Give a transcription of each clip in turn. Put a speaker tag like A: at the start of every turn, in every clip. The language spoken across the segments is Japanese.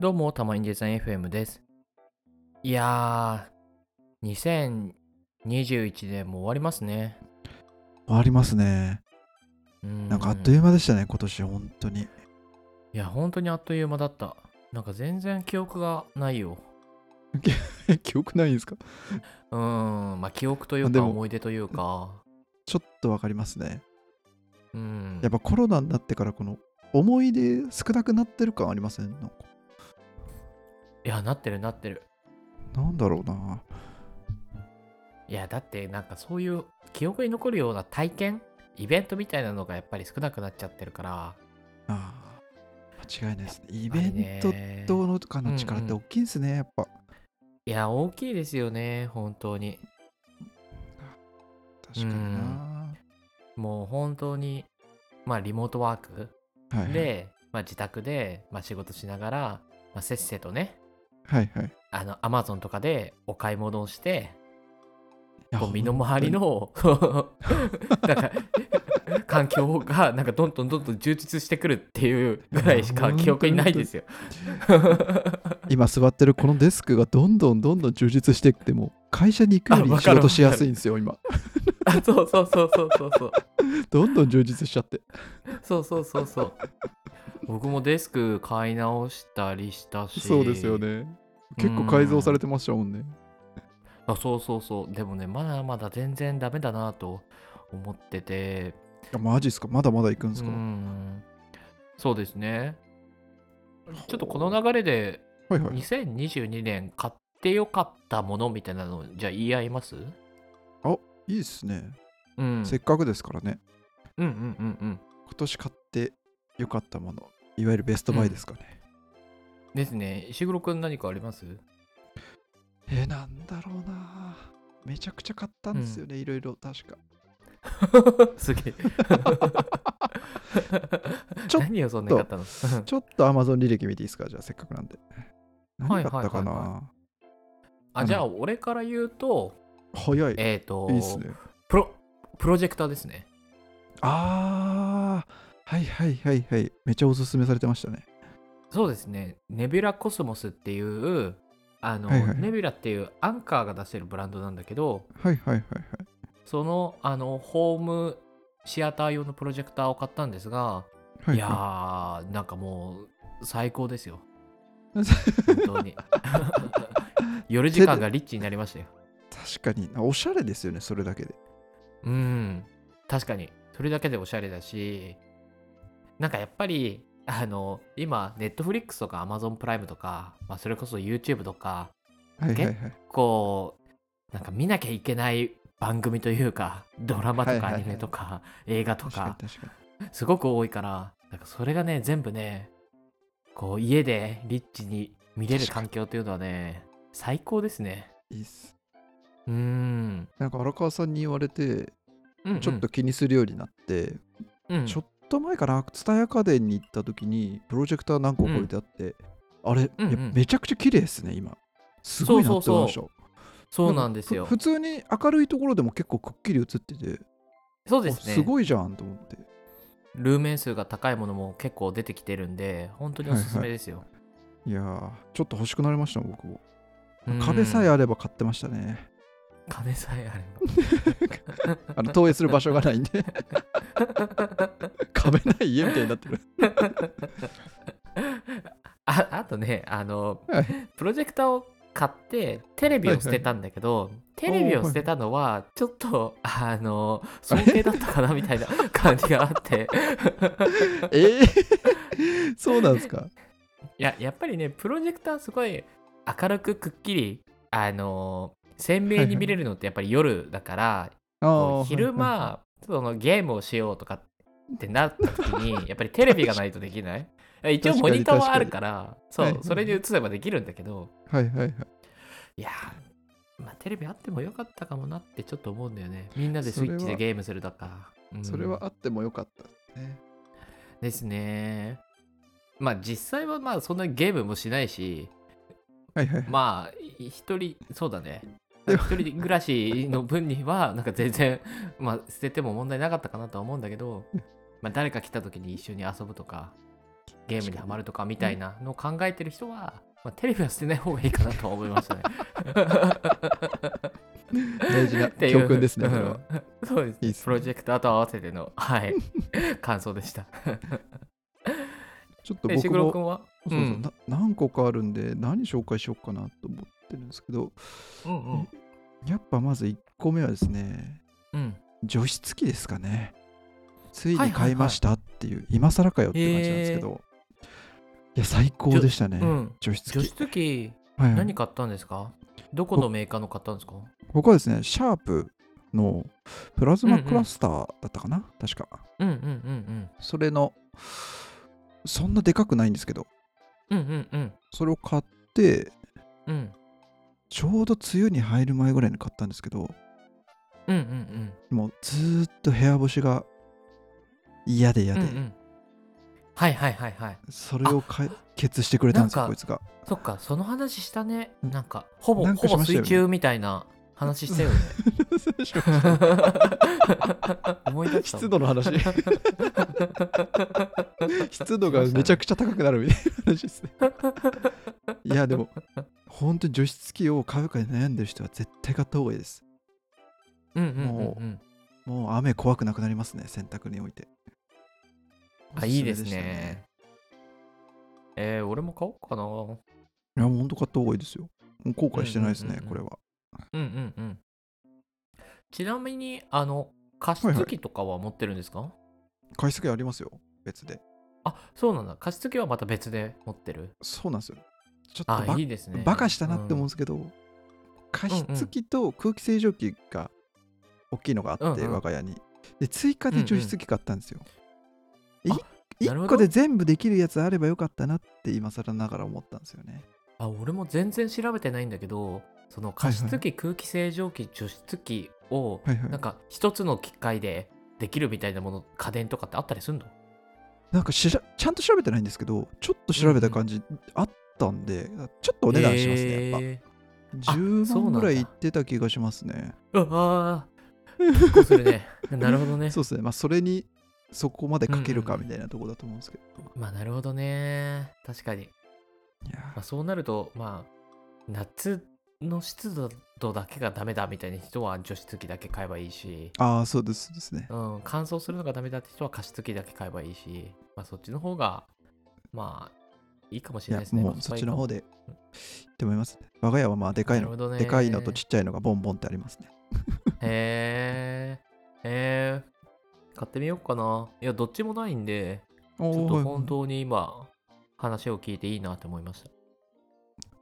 A: どうも、たまにデザイン FM です。いやー、2021でもう終わりますね。
B: ありますね。
A: うん
B: なんかあっという間でしたね、今年、本当 に。
A: いや、本当にあっという間だった。なんか全然記憶がないよ。
B: え、記憶ないんですか
A: うーん、まあ記憶という
B: で
A: か
B: も
A: 思い出というか。
B: ちょっとわかりますね。
A: うん。
B: やっぱコロナになってから、この思い出少なくなってる感ありませんなんか
A: いや、なってるなってる。
B: なんだろうな。
A: いや、だってなんかそういう記憶に残るような体験イベントみたいなのがやっぱり少なくなっちゃってるから。
B: あー間違いないですね。イ
A: イ
B: ベントとのかの力って大きいんですね、やっぱ。
A: いや、大きいですよね、本当に。
B: 確かにな。
A: もう本当に、まあ、リモートワーク
B: はいはい、
A: で、まあ、自宅で、まあ、仕事しながら、まあ、せっせとね、
B: はいはい。い
A: あの、アマゾンとかでお買い物をして、
B: や
A: こう身の回りの、 なんか、環境が、なんか、どんどんどんどん充実してくるっていうぐらいし
B: い
A: か
B: や
A: 記憶にないですよ。
B: 今座ってるこのデスクがどんどんどんどん充実してっても会社に行くよ
A: あ
B: り
A: わ
B: 仕
A: かる
B: 事しやすいんですよ今
A: あ そうそうそうそうそうそう。
B: どんどん充実しちゃって
A: そうそうそうそう。僕もデスク買い直したりしたし。
B: そうですよね結構改造されてましたもんね
A: あそうそうそうでもねまだまだ全然ダメだなと思ってて
B: あマジっすかまだまだ行くんです
A: う
B: か、
A: んそうですねちょっとこの流れで
B: はいはい
A: 2022年買ってよかったものみたいなのじゃあ言い合います、
B: いいっすね、
A: うん、
B: せっかくですからね
A: うんうんうんうん
B: 今年買ってよかったものいわゆるベストバイですかね、
A: ですね石黒くん何かあります
B: えーなんだろうなめちゃくちゃ買ったんですよね、いろいろ確か
A: すげえ
B: ちょっと
A: 何をそんなに買ったの
B: ちょっと Amazon 履歴見ていいですかじゃあせっかくなんで
A: はい
B: 何買ったかな、
A: はいはいあじゃあ俺から言うと
B: 早い
A: えっ、と
B: いいっすね
A: プロプロジェクターですね
B: ああはいはいはいはいめちゃおすすめされてましたね
A: そうですね、ネビュラコスモスっていう、あの、
B: はいはい
A: ネビュラっていうアンカーが出してるブランドなんだけど、
B: はいはいはいはい
A: その、あの、ホームシアター用のプロジェクターを買ったんですが、
B: はいい
A: や
B: は
A: ー、なんかもう、最高ですよ。
B: い
A: 本 当に。夜時間がリッチになりましたよ。
B: 確かにおしゃれですよねそれだけで
A: うん、確かに。それだけでおしゃれだし、なんかやっぱり、あの、今、ネットフリックスとか Amazon プライムとか、まあ、それこそ YouTube とか、
B: はいはいはい
A: こうなんか見なきゃいけない番組というかドラマとか
B: はいはいは
A: ア
B: い
A: ニメとか映画と
B: 確かに
A: か
B: 確かに
A: すごく多いからなんかそれがね全部ねこう家でリッチに見れる環境というのはね最高ですね
B: いいっす
A: うーん
B: なんか荒川さんに言われて
A: うんうん
B: ちょっと気にするようになって、
A: うん
B: ちょっと前かな蔦屋家電に行った時にプロジェクター何個か置いてあって、あれ、
A: うんうん
B: いやめちゃくちゃ綺麗ですね今すごいなって思いました
A: そうなんですよ
B: ふ普通に明るいところでも結構くっきり映ってて
A: そう
B: あ
A: ですね
B: すごいじゃんと思って
A: ルーメン数が高いものも結構出てきてるんで本当におすすめですよ、
B: いやーちょっと欲しくなりました僕も
A: うん
B: 壁さえあれば買ってましたね、
A: 金さえあれば
B: あの投影する場所がない んで壁ない家みたいになってる
A: ああとねあの、
B: はい
A: プロジェクターを買ってテレビを捨てたんだけど、テレビを捨てたのはちょっとあの想定だったかなみたいな感じがあって
B: え ー、そうなんですか
A: いややっぱりねプロジェクターすごい明るくくっきりあの鮮明に見れるのってやっぱり夜だから、
B: あ
A: こ
B: ー
A: う昼間、そのゲームをしようとかってなった時に やっぱりテレビがないとできない一応モニターはあるから
B: かに
A: そうそれに映せばできるんだけど、
B: はいはいはい
A: いやー、まあ、テレビあってもよかったかもなってちょっと思うんだよね。みんなでスイッチ
B: それ
A: で
B: は
A: ゲームするとか。うん
B: それはあってもよかったですね
A: ですね。まあ実際はまあそんなゲームもしないし、
B: はいはい
A: まあい一人、そうだね。
B: で
A: 一人暮らしの分には、 なんか全然、まあ捨てても問題なかったかなとは思うんだけど、まあ誰か来た時に一緒に遊ぶとか、ゲームにハマるとかみたいなのを考えてる人は、まあ、テレビは捨てない方がいいかなとは思いましたね。
B: 大事な
A: っていう
B: 教訓ですね、これは。
A: うんそうです
B: いいっすね
A: プロジェクターと合わせての、 はい、感想でした。
B: ちょっと
A: え石
B: 僕
A: 黒
B: も
A: 君は
B: そうそう
A: うん
B: な何個かあるんで、何紹介しようかなと思ってるんですけど、
A: うんうん
B: やっぱまず1個目はですね、
A: うん。
B: 除湿機ですかね。つい
A: はい
B: に
A: はいはい
B: 買いましたっていう、今更かよって感じなんですけど、いや、最高でしたね、
A: うん
B: 除湿
A: 除
B: 機。
A: 湿機、
B: はい
A: 何買ったんですかどこのメーカーの買ったんですか
B: 僕はですね、シャープのプラズマクラスターだったかな、確か。
A: うんうんうん
B: それの、そんなでかくないんですけど、
A: うん。うんうんうん。
B: それを買って、
A: うん
B: ちょうど梅雨に入る前ぐらいに買ったんですけど、
A: うんうん
B: もうずーっと部屋干しが嫌で嫌
A: うん。う
B: で、
A: んうんはいはいはいはい。
B: それを解決してくれたんです
A: な
B: よ、
A: んか
B: こいつが。
A: そっか、その話したね。
B: うん
A: なんか、ほぼ、
B: なん
A: ほ
B: かし
A: ぼ
B: ましたよ
A: 水
B: ね
A: 中みたいな話したよね。 思い出した。
B: 湿度 の話湿度がめちゃくちゃ高くなるみたいな話ですね。いや、でも、本当に除湿機を買うか悩んでる人は絶対買った方がいいです。
A: うんうんうん
B: も
A: うん。
B: もう雨怖くなくなりますね、洗濯において。
A: あ、いいですね。。えー、俺も買おうかな。う
B: いや、本当買った方がいいですよ。もう後悔してないです
A: うん
B: ね
A: う、んうん
B: これは。
A: んうんうん。ちなみに、あの、加
B: はいは
A: 湿
B: い
A: 器とかは持ってるんですか、
B: 買いすぎありますよ、別で。
A: あ、そうなんだ。加湿器はまた別で持ってる。
B: そうなんですよ。ちょっと
A: あ
B: バ、
A: いいですね。
B: バカしたなって思うんですけど、加湿器と空気清浄機が大きいのがあって、
A: うんうん
B: 我が家に。で、追加で除湿機買ったんですよ。
A: うんうん
B: い
A: あなるほど
B: 一個で全部できるやつあればよかったなって今更ながら思ったんですよね。
A: あ俺も全然調べてないんだけどその加湿器、
B: はい
A: 空気清浄機除湿器を
B: はいはい
A: なんか一つの機械でできるみたいなもの家電とかってあったりすんの
B: なんかしらちゃんと調べてないんですけど、ちょっと調べた感じあったんで、ちょっとお値段しますね、やっぱ。
A: えあ
B: 10
A: そうなん
B: 万
A: だ
B: ぐらいいってた気がしますね。
A: ー、うわー結構する ねなるほどね
B: そうですね、まあ、それにそこまでかける
A: う
B: か
A: んうん
B: みたいなとこだと思うんですけど。
A: まあなるほどね確かに、
B: いや
A: まあ、そうなるとまあ夏の湿度だけがダメだみたいな人は除湿器だけ買えばいいし、
B: ーああ、そうですそうですね。
A: うん、乾燥するのがダメだって人は加湿器だけ買えばいいし、まあ、そっちの方がまあいいかもし
B: い
A: れな
B: や
A: いですね
B: も
A: コ
B: う
A: ス
B: そ
A: パ
B: っ
A: いい
B: ち
A: か
B: の
A: も
B: 方でって思いますね。我が家はまあでかい
A: なるほ
B: の、
A: どね
B: でかいのとちっちゃいのがボンボンってありますね。
A: へえへえ買ってみようかないやどっちもないんで
B: お
A: ちょっ
B: ー
A: と本当に今話を聞いていいなと思いました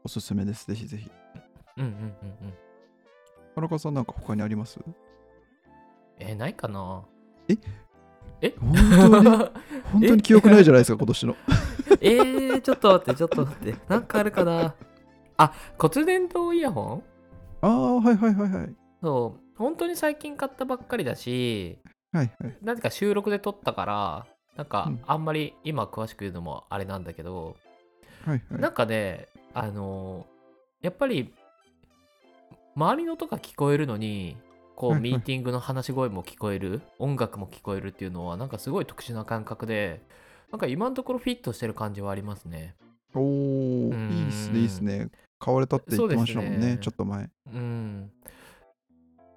B: おすすめです。ぜひぜひ。
A: うんうんうんうん
B: 田中さんなんか他にあ ります
A: えーないか な
B: 本当に本当に記憶ないじゃないですか、今年の。
A: えー、ちょっと待ってちょっと待ってなんかあるかなあ骨伝導イヤホン
B: ああ、はいはいはいはい。
A: そう本当に最近買ったばっかりだし
B: はいはい。
A: なぜか収録で撮ったからなん
B: う
A: か
B: ん
A: あんまり今詳しく言うのもあれなんだけど、
B: はいはい、
A: なんかねあのーやっぱり周りの音が聞こえるのにこ
B: は
A: う
B: いはい
A: ミーティングの話し声も聞こえる音楽も聞こえるっていうのはなんかすごい特殊な感覚でなんか今のところフィットしてる感じはありますね
B: おお、いいですね、いいですね。買われたって言ってましたもん
A: そうです
B: ね、
A: ね
B: ちょっと前。
A: うん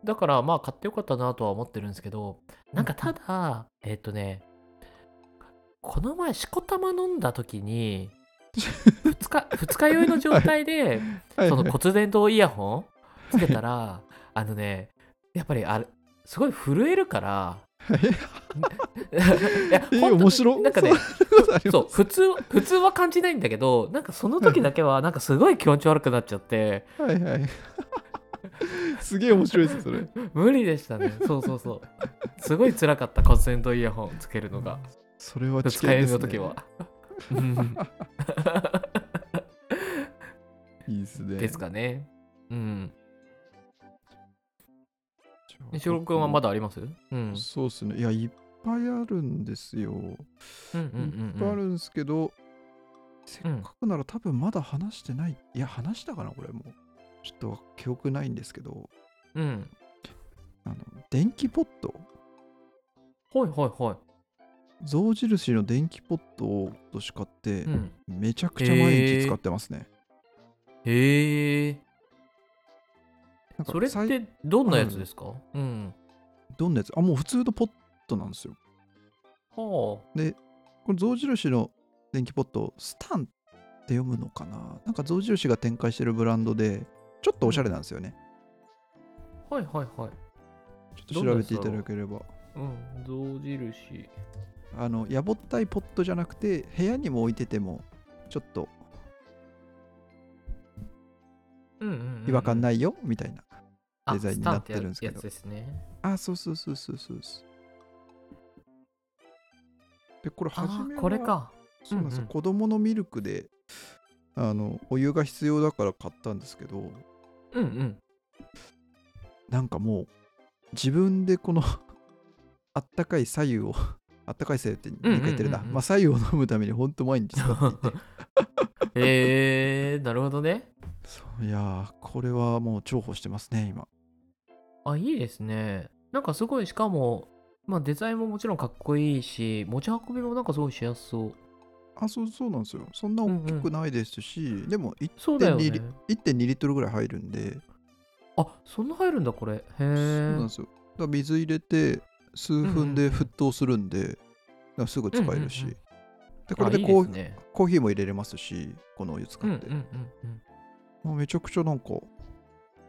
A: だからまあ買ってよかったなとは思ってるんですけどなんかただえっとねこの前しこたま飲んだ時に二 日二日酔いの状態で
B: はい
A: そ
B: は
A: の
B: い、
A: 骨伝導イヤホンつけたら、あのね、やっぱりあれ、すごい震えるから、いや
B: えー
A: 本当
B: 面白い
A: なんかね、
B: そ
A: そう、普通、普通は感じないんだけど、なんかその時だけは、なんかすごい気持ち悪くなっちゃって、
B: う。はいはい。すげえ面白いです、それ。
A: 無理でしたね。そうそうそう。すごい辛かった、骨伝導イヤホンつけるのが、
B: それは危
A: 使い
B: 険で
A: み
B: す、ね。
A: の時は。うん
B: いいですね。
A: ですかね。うん。
B: じゃあ。
A: 西く君はまだありますうん。うん
B: そうっすね。いや、いっぱいあるんですよ。
A: うん
B: いっぱいあ
A: うん
B: るんですけど、せ
A: う
B: っ
A: ん
B: かくなら多分まだ話してない。いや、話したかな、これもう。ちょっと記憶ないんですけど、
A: うん。うん。
B: あの電気ポット
A: はいはいはい。
B: 象印の電気ポットを今年買って
A: う、ん。
B: めちゃくちゃ毎日使ってますね。
A: へえ。
B: なんか
A: それっ
B: さい
A: てどんなやつですかうん。
B: どんなやつあ、もう普通のポットなんですよ。
A: は
B: この象印の電気ポット、スタンって読むのかななんか象印が展開してるブランドで、ちょっとおしゃれなんですよね。
A: あ。はいはいはい。
B: ちょっと調べていただければ。
A: うん。象印。
B: あの、やぼったいポットじゃなくて、部屋にも置いてても、ちょっと
A: うんうんうんうん。
B: 違和感ないいよ、みたいな。デザインになってるんですけど
A: やつですね。
B: あ、そうそうそうそうそうそう。で、これ、初
A: あ
B: め
A: あ、
B: は
A: これか。
B: そうなんですよ、
A: うんうん
B: 子供のミルクであのお湯が必要だから買ったんですけど
A: うんう ん。
B: なんかもう自分でこの あったかい左右を あったかい左右って2回言ってる
A: う
B: な、
A: んうんうんうん
B: まあ、左右を飲むためにほんと毎日使っていて
A: へえ、なるほどね。
B: そういやーこれはもう重宝してますね今
A: あ、いいですね。なんかすごい、しかも、まあデザインももちろんかっこいいし、持ち運びもなんかすごいしやすそう。
B: あそうそうなんですよそんな大きくないですし、でもい
A: そうだよ
B: 1.2
A: ね
B: リ。1.2リットルぐらい入るんで
A: あ、そんな入るんだ、これ。へ
B: そうな
A: え
B: んで。すよだから水入れて数分で沸騰するんで、だからすぐ使えるし、
A: うんうんうん
B: でこれ
A: あ
B: で
A: いい
B: こう
A: ですね。
B: コーヒーも入れれますし、このお湯使
A: うんう
B: っ
A: ん
B: て。
A: うんうん。
B: もうめちゃくちゃなんか、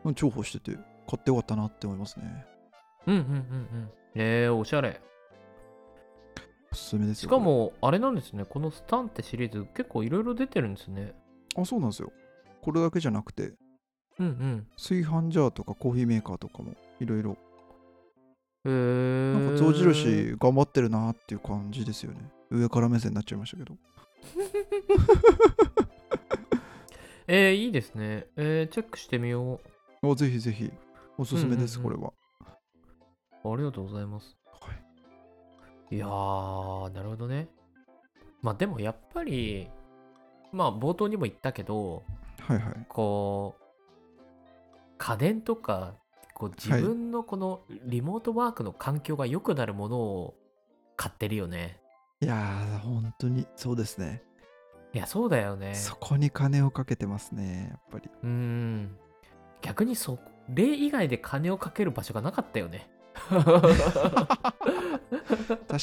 B: うん重宝してて、買ってよかったなって思いますね。
A: うんうんうんうん。えー、おしゃれ。
B: おすすめです
A: し
B: よ。
A: かも、あれなんですね。このスタンってシリーズ、結構いろいろ出てるんですね。
B: これ。あ、そうなんですよ。これだけじゃなくて、
A: うん
B: 炊飯ジャーとかコーヒーメーカーとかもいろいろ、
A: うん。へえ
B: なんか象印頑張ってるなっていう感じですよね。上から目線になっちゃいましたけど。
A: えー、いいですね。えー、チェックしてみよ
B: あぜひぜひ、おすすめです、
A: うんうんうん
B: これは。
A: う。ありがとうございます。いやー、なるほどね。まあでもやっぱり、まあ冒頭にも言ったけど、
B: はいはい。
A: こう、家電とか、こう自
B: はい
A: 分のこのリモートワークの環境が良くなるものを買ってるよね。
B: いやー、本当にそうですね。
A: いや、そうだよね。
B: そこに金をかけてますね、やっぱり。
A: うーん。逆にそ、例以外で金をかける場所がなかったよね。
B: 確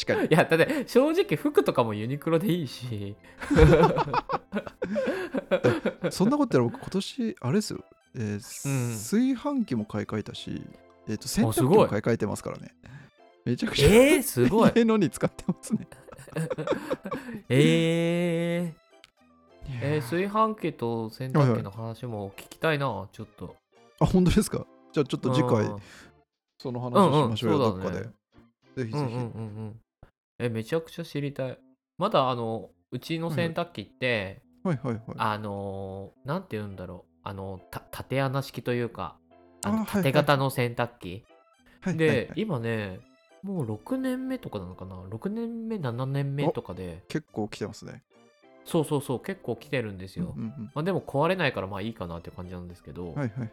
B: か
A: い
B: に。
A: や、だって正直服とかもユニクロでいいし。
B: そんなこと言ったら僕今年あれですよ、えー
A: うん
B: 炊飯器も買い替えたし、えー、と洗濯機
A: すご
B: も
A: い
B: 買い替えてますからねめちゃくちゃ、。
A: えー、すごい
B: 家のに使ってますね
A: えー。えー、
B: いや
A: 炊飯器と洗濯機の話も聞きたいな、ちょっと。
B: あ本当ですかじゃあちょっと次
A: う
B: 回
A: ん
B: その話をしましょうよ、
A: うんうん
B: どっか
A: そ
B: で、
A: うだね
B: ぜひ
A: うん
B: ぜ
A: うんうん
B: ひ、
A: うん。え、めちゃくちゃ知りたい。まだあの、うちの洗濯機って、
B: はいはいはい
A: あのー、なんて言うんだろう。あの、た縦穴式というか、あ
B: あ
A: の
B: はいはい
A: 縦型の洗濯機。
B: はいはいはい
A: で、今ね、もう6年目とかなのかな ?6 年目、7年目とかで、
B: 結構来てますね
A: そうそうそう、結構来てるんです
B: うんう
A: よ。
B: ん
A: まあでも壊れないからまあいいかなって感じなんですけど、
B: うんはいはい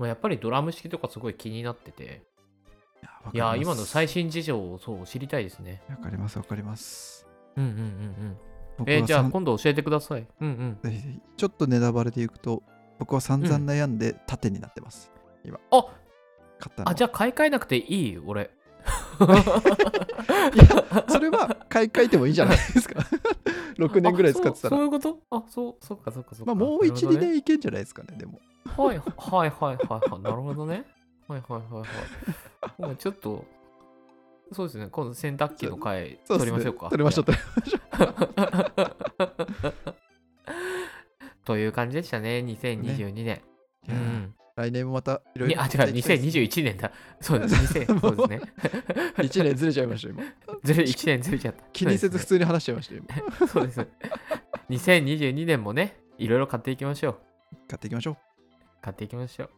A: まあやっぱりドラム式とかすごい気になってて、
B: わか
A: い
B: りま
A: や
B: す
A: 今の最新事情をそう知りたいですね。
B: わかりますわかります
A: うんうんうんうん。
B: 僕
A: えー
B: は
A: じゃあ
B: さん
A: 今度教えてください。うんうん。
B: ぜひぜひちょっとネタバレでいくと僕は散々悩んで縦になってます、今
A: あ
B: 買ったのは
A: あじゃあ買い替えなくていい 俺。
B: いや、 それは買い替えてもいいじゃないで すか。6年ぐらい使って
A: あそう
B: た
A: そ
B: ら。
A: ういうことあそうそっかそっかそっ
B: ま
A: か。
B: あ、もう
A: な
B: 1、
A: るほど
B: 2
A: ね。
B: 年いけんじゃないですかね、でも。
A: はいはいはいはいはい。なるほどね。はいはいはいはい。もうちょっと。そうですね、今度洗濯機の回
B: そう
A: 取
B: で
A: りま
B: すね
A: しょうか。
B: 取りましょう、取り
A: という感じでしたね、2022年。う
B: ましょういや
A: ん、
B: 来年もまたいろい
A: に
B: ろ。
A: あ、違う、2021年だ。そうです、2000そう ですね。
B: 1年ずれちゃいま した、今。
A: ずれ、1年ずれちゃった。
B: 気にせず普通に話しちゃいました、今。
A: そうです。2022年もね、いろいろ買っていきましょう。
B: 買っていきましょう。
A: 買っていきましょう。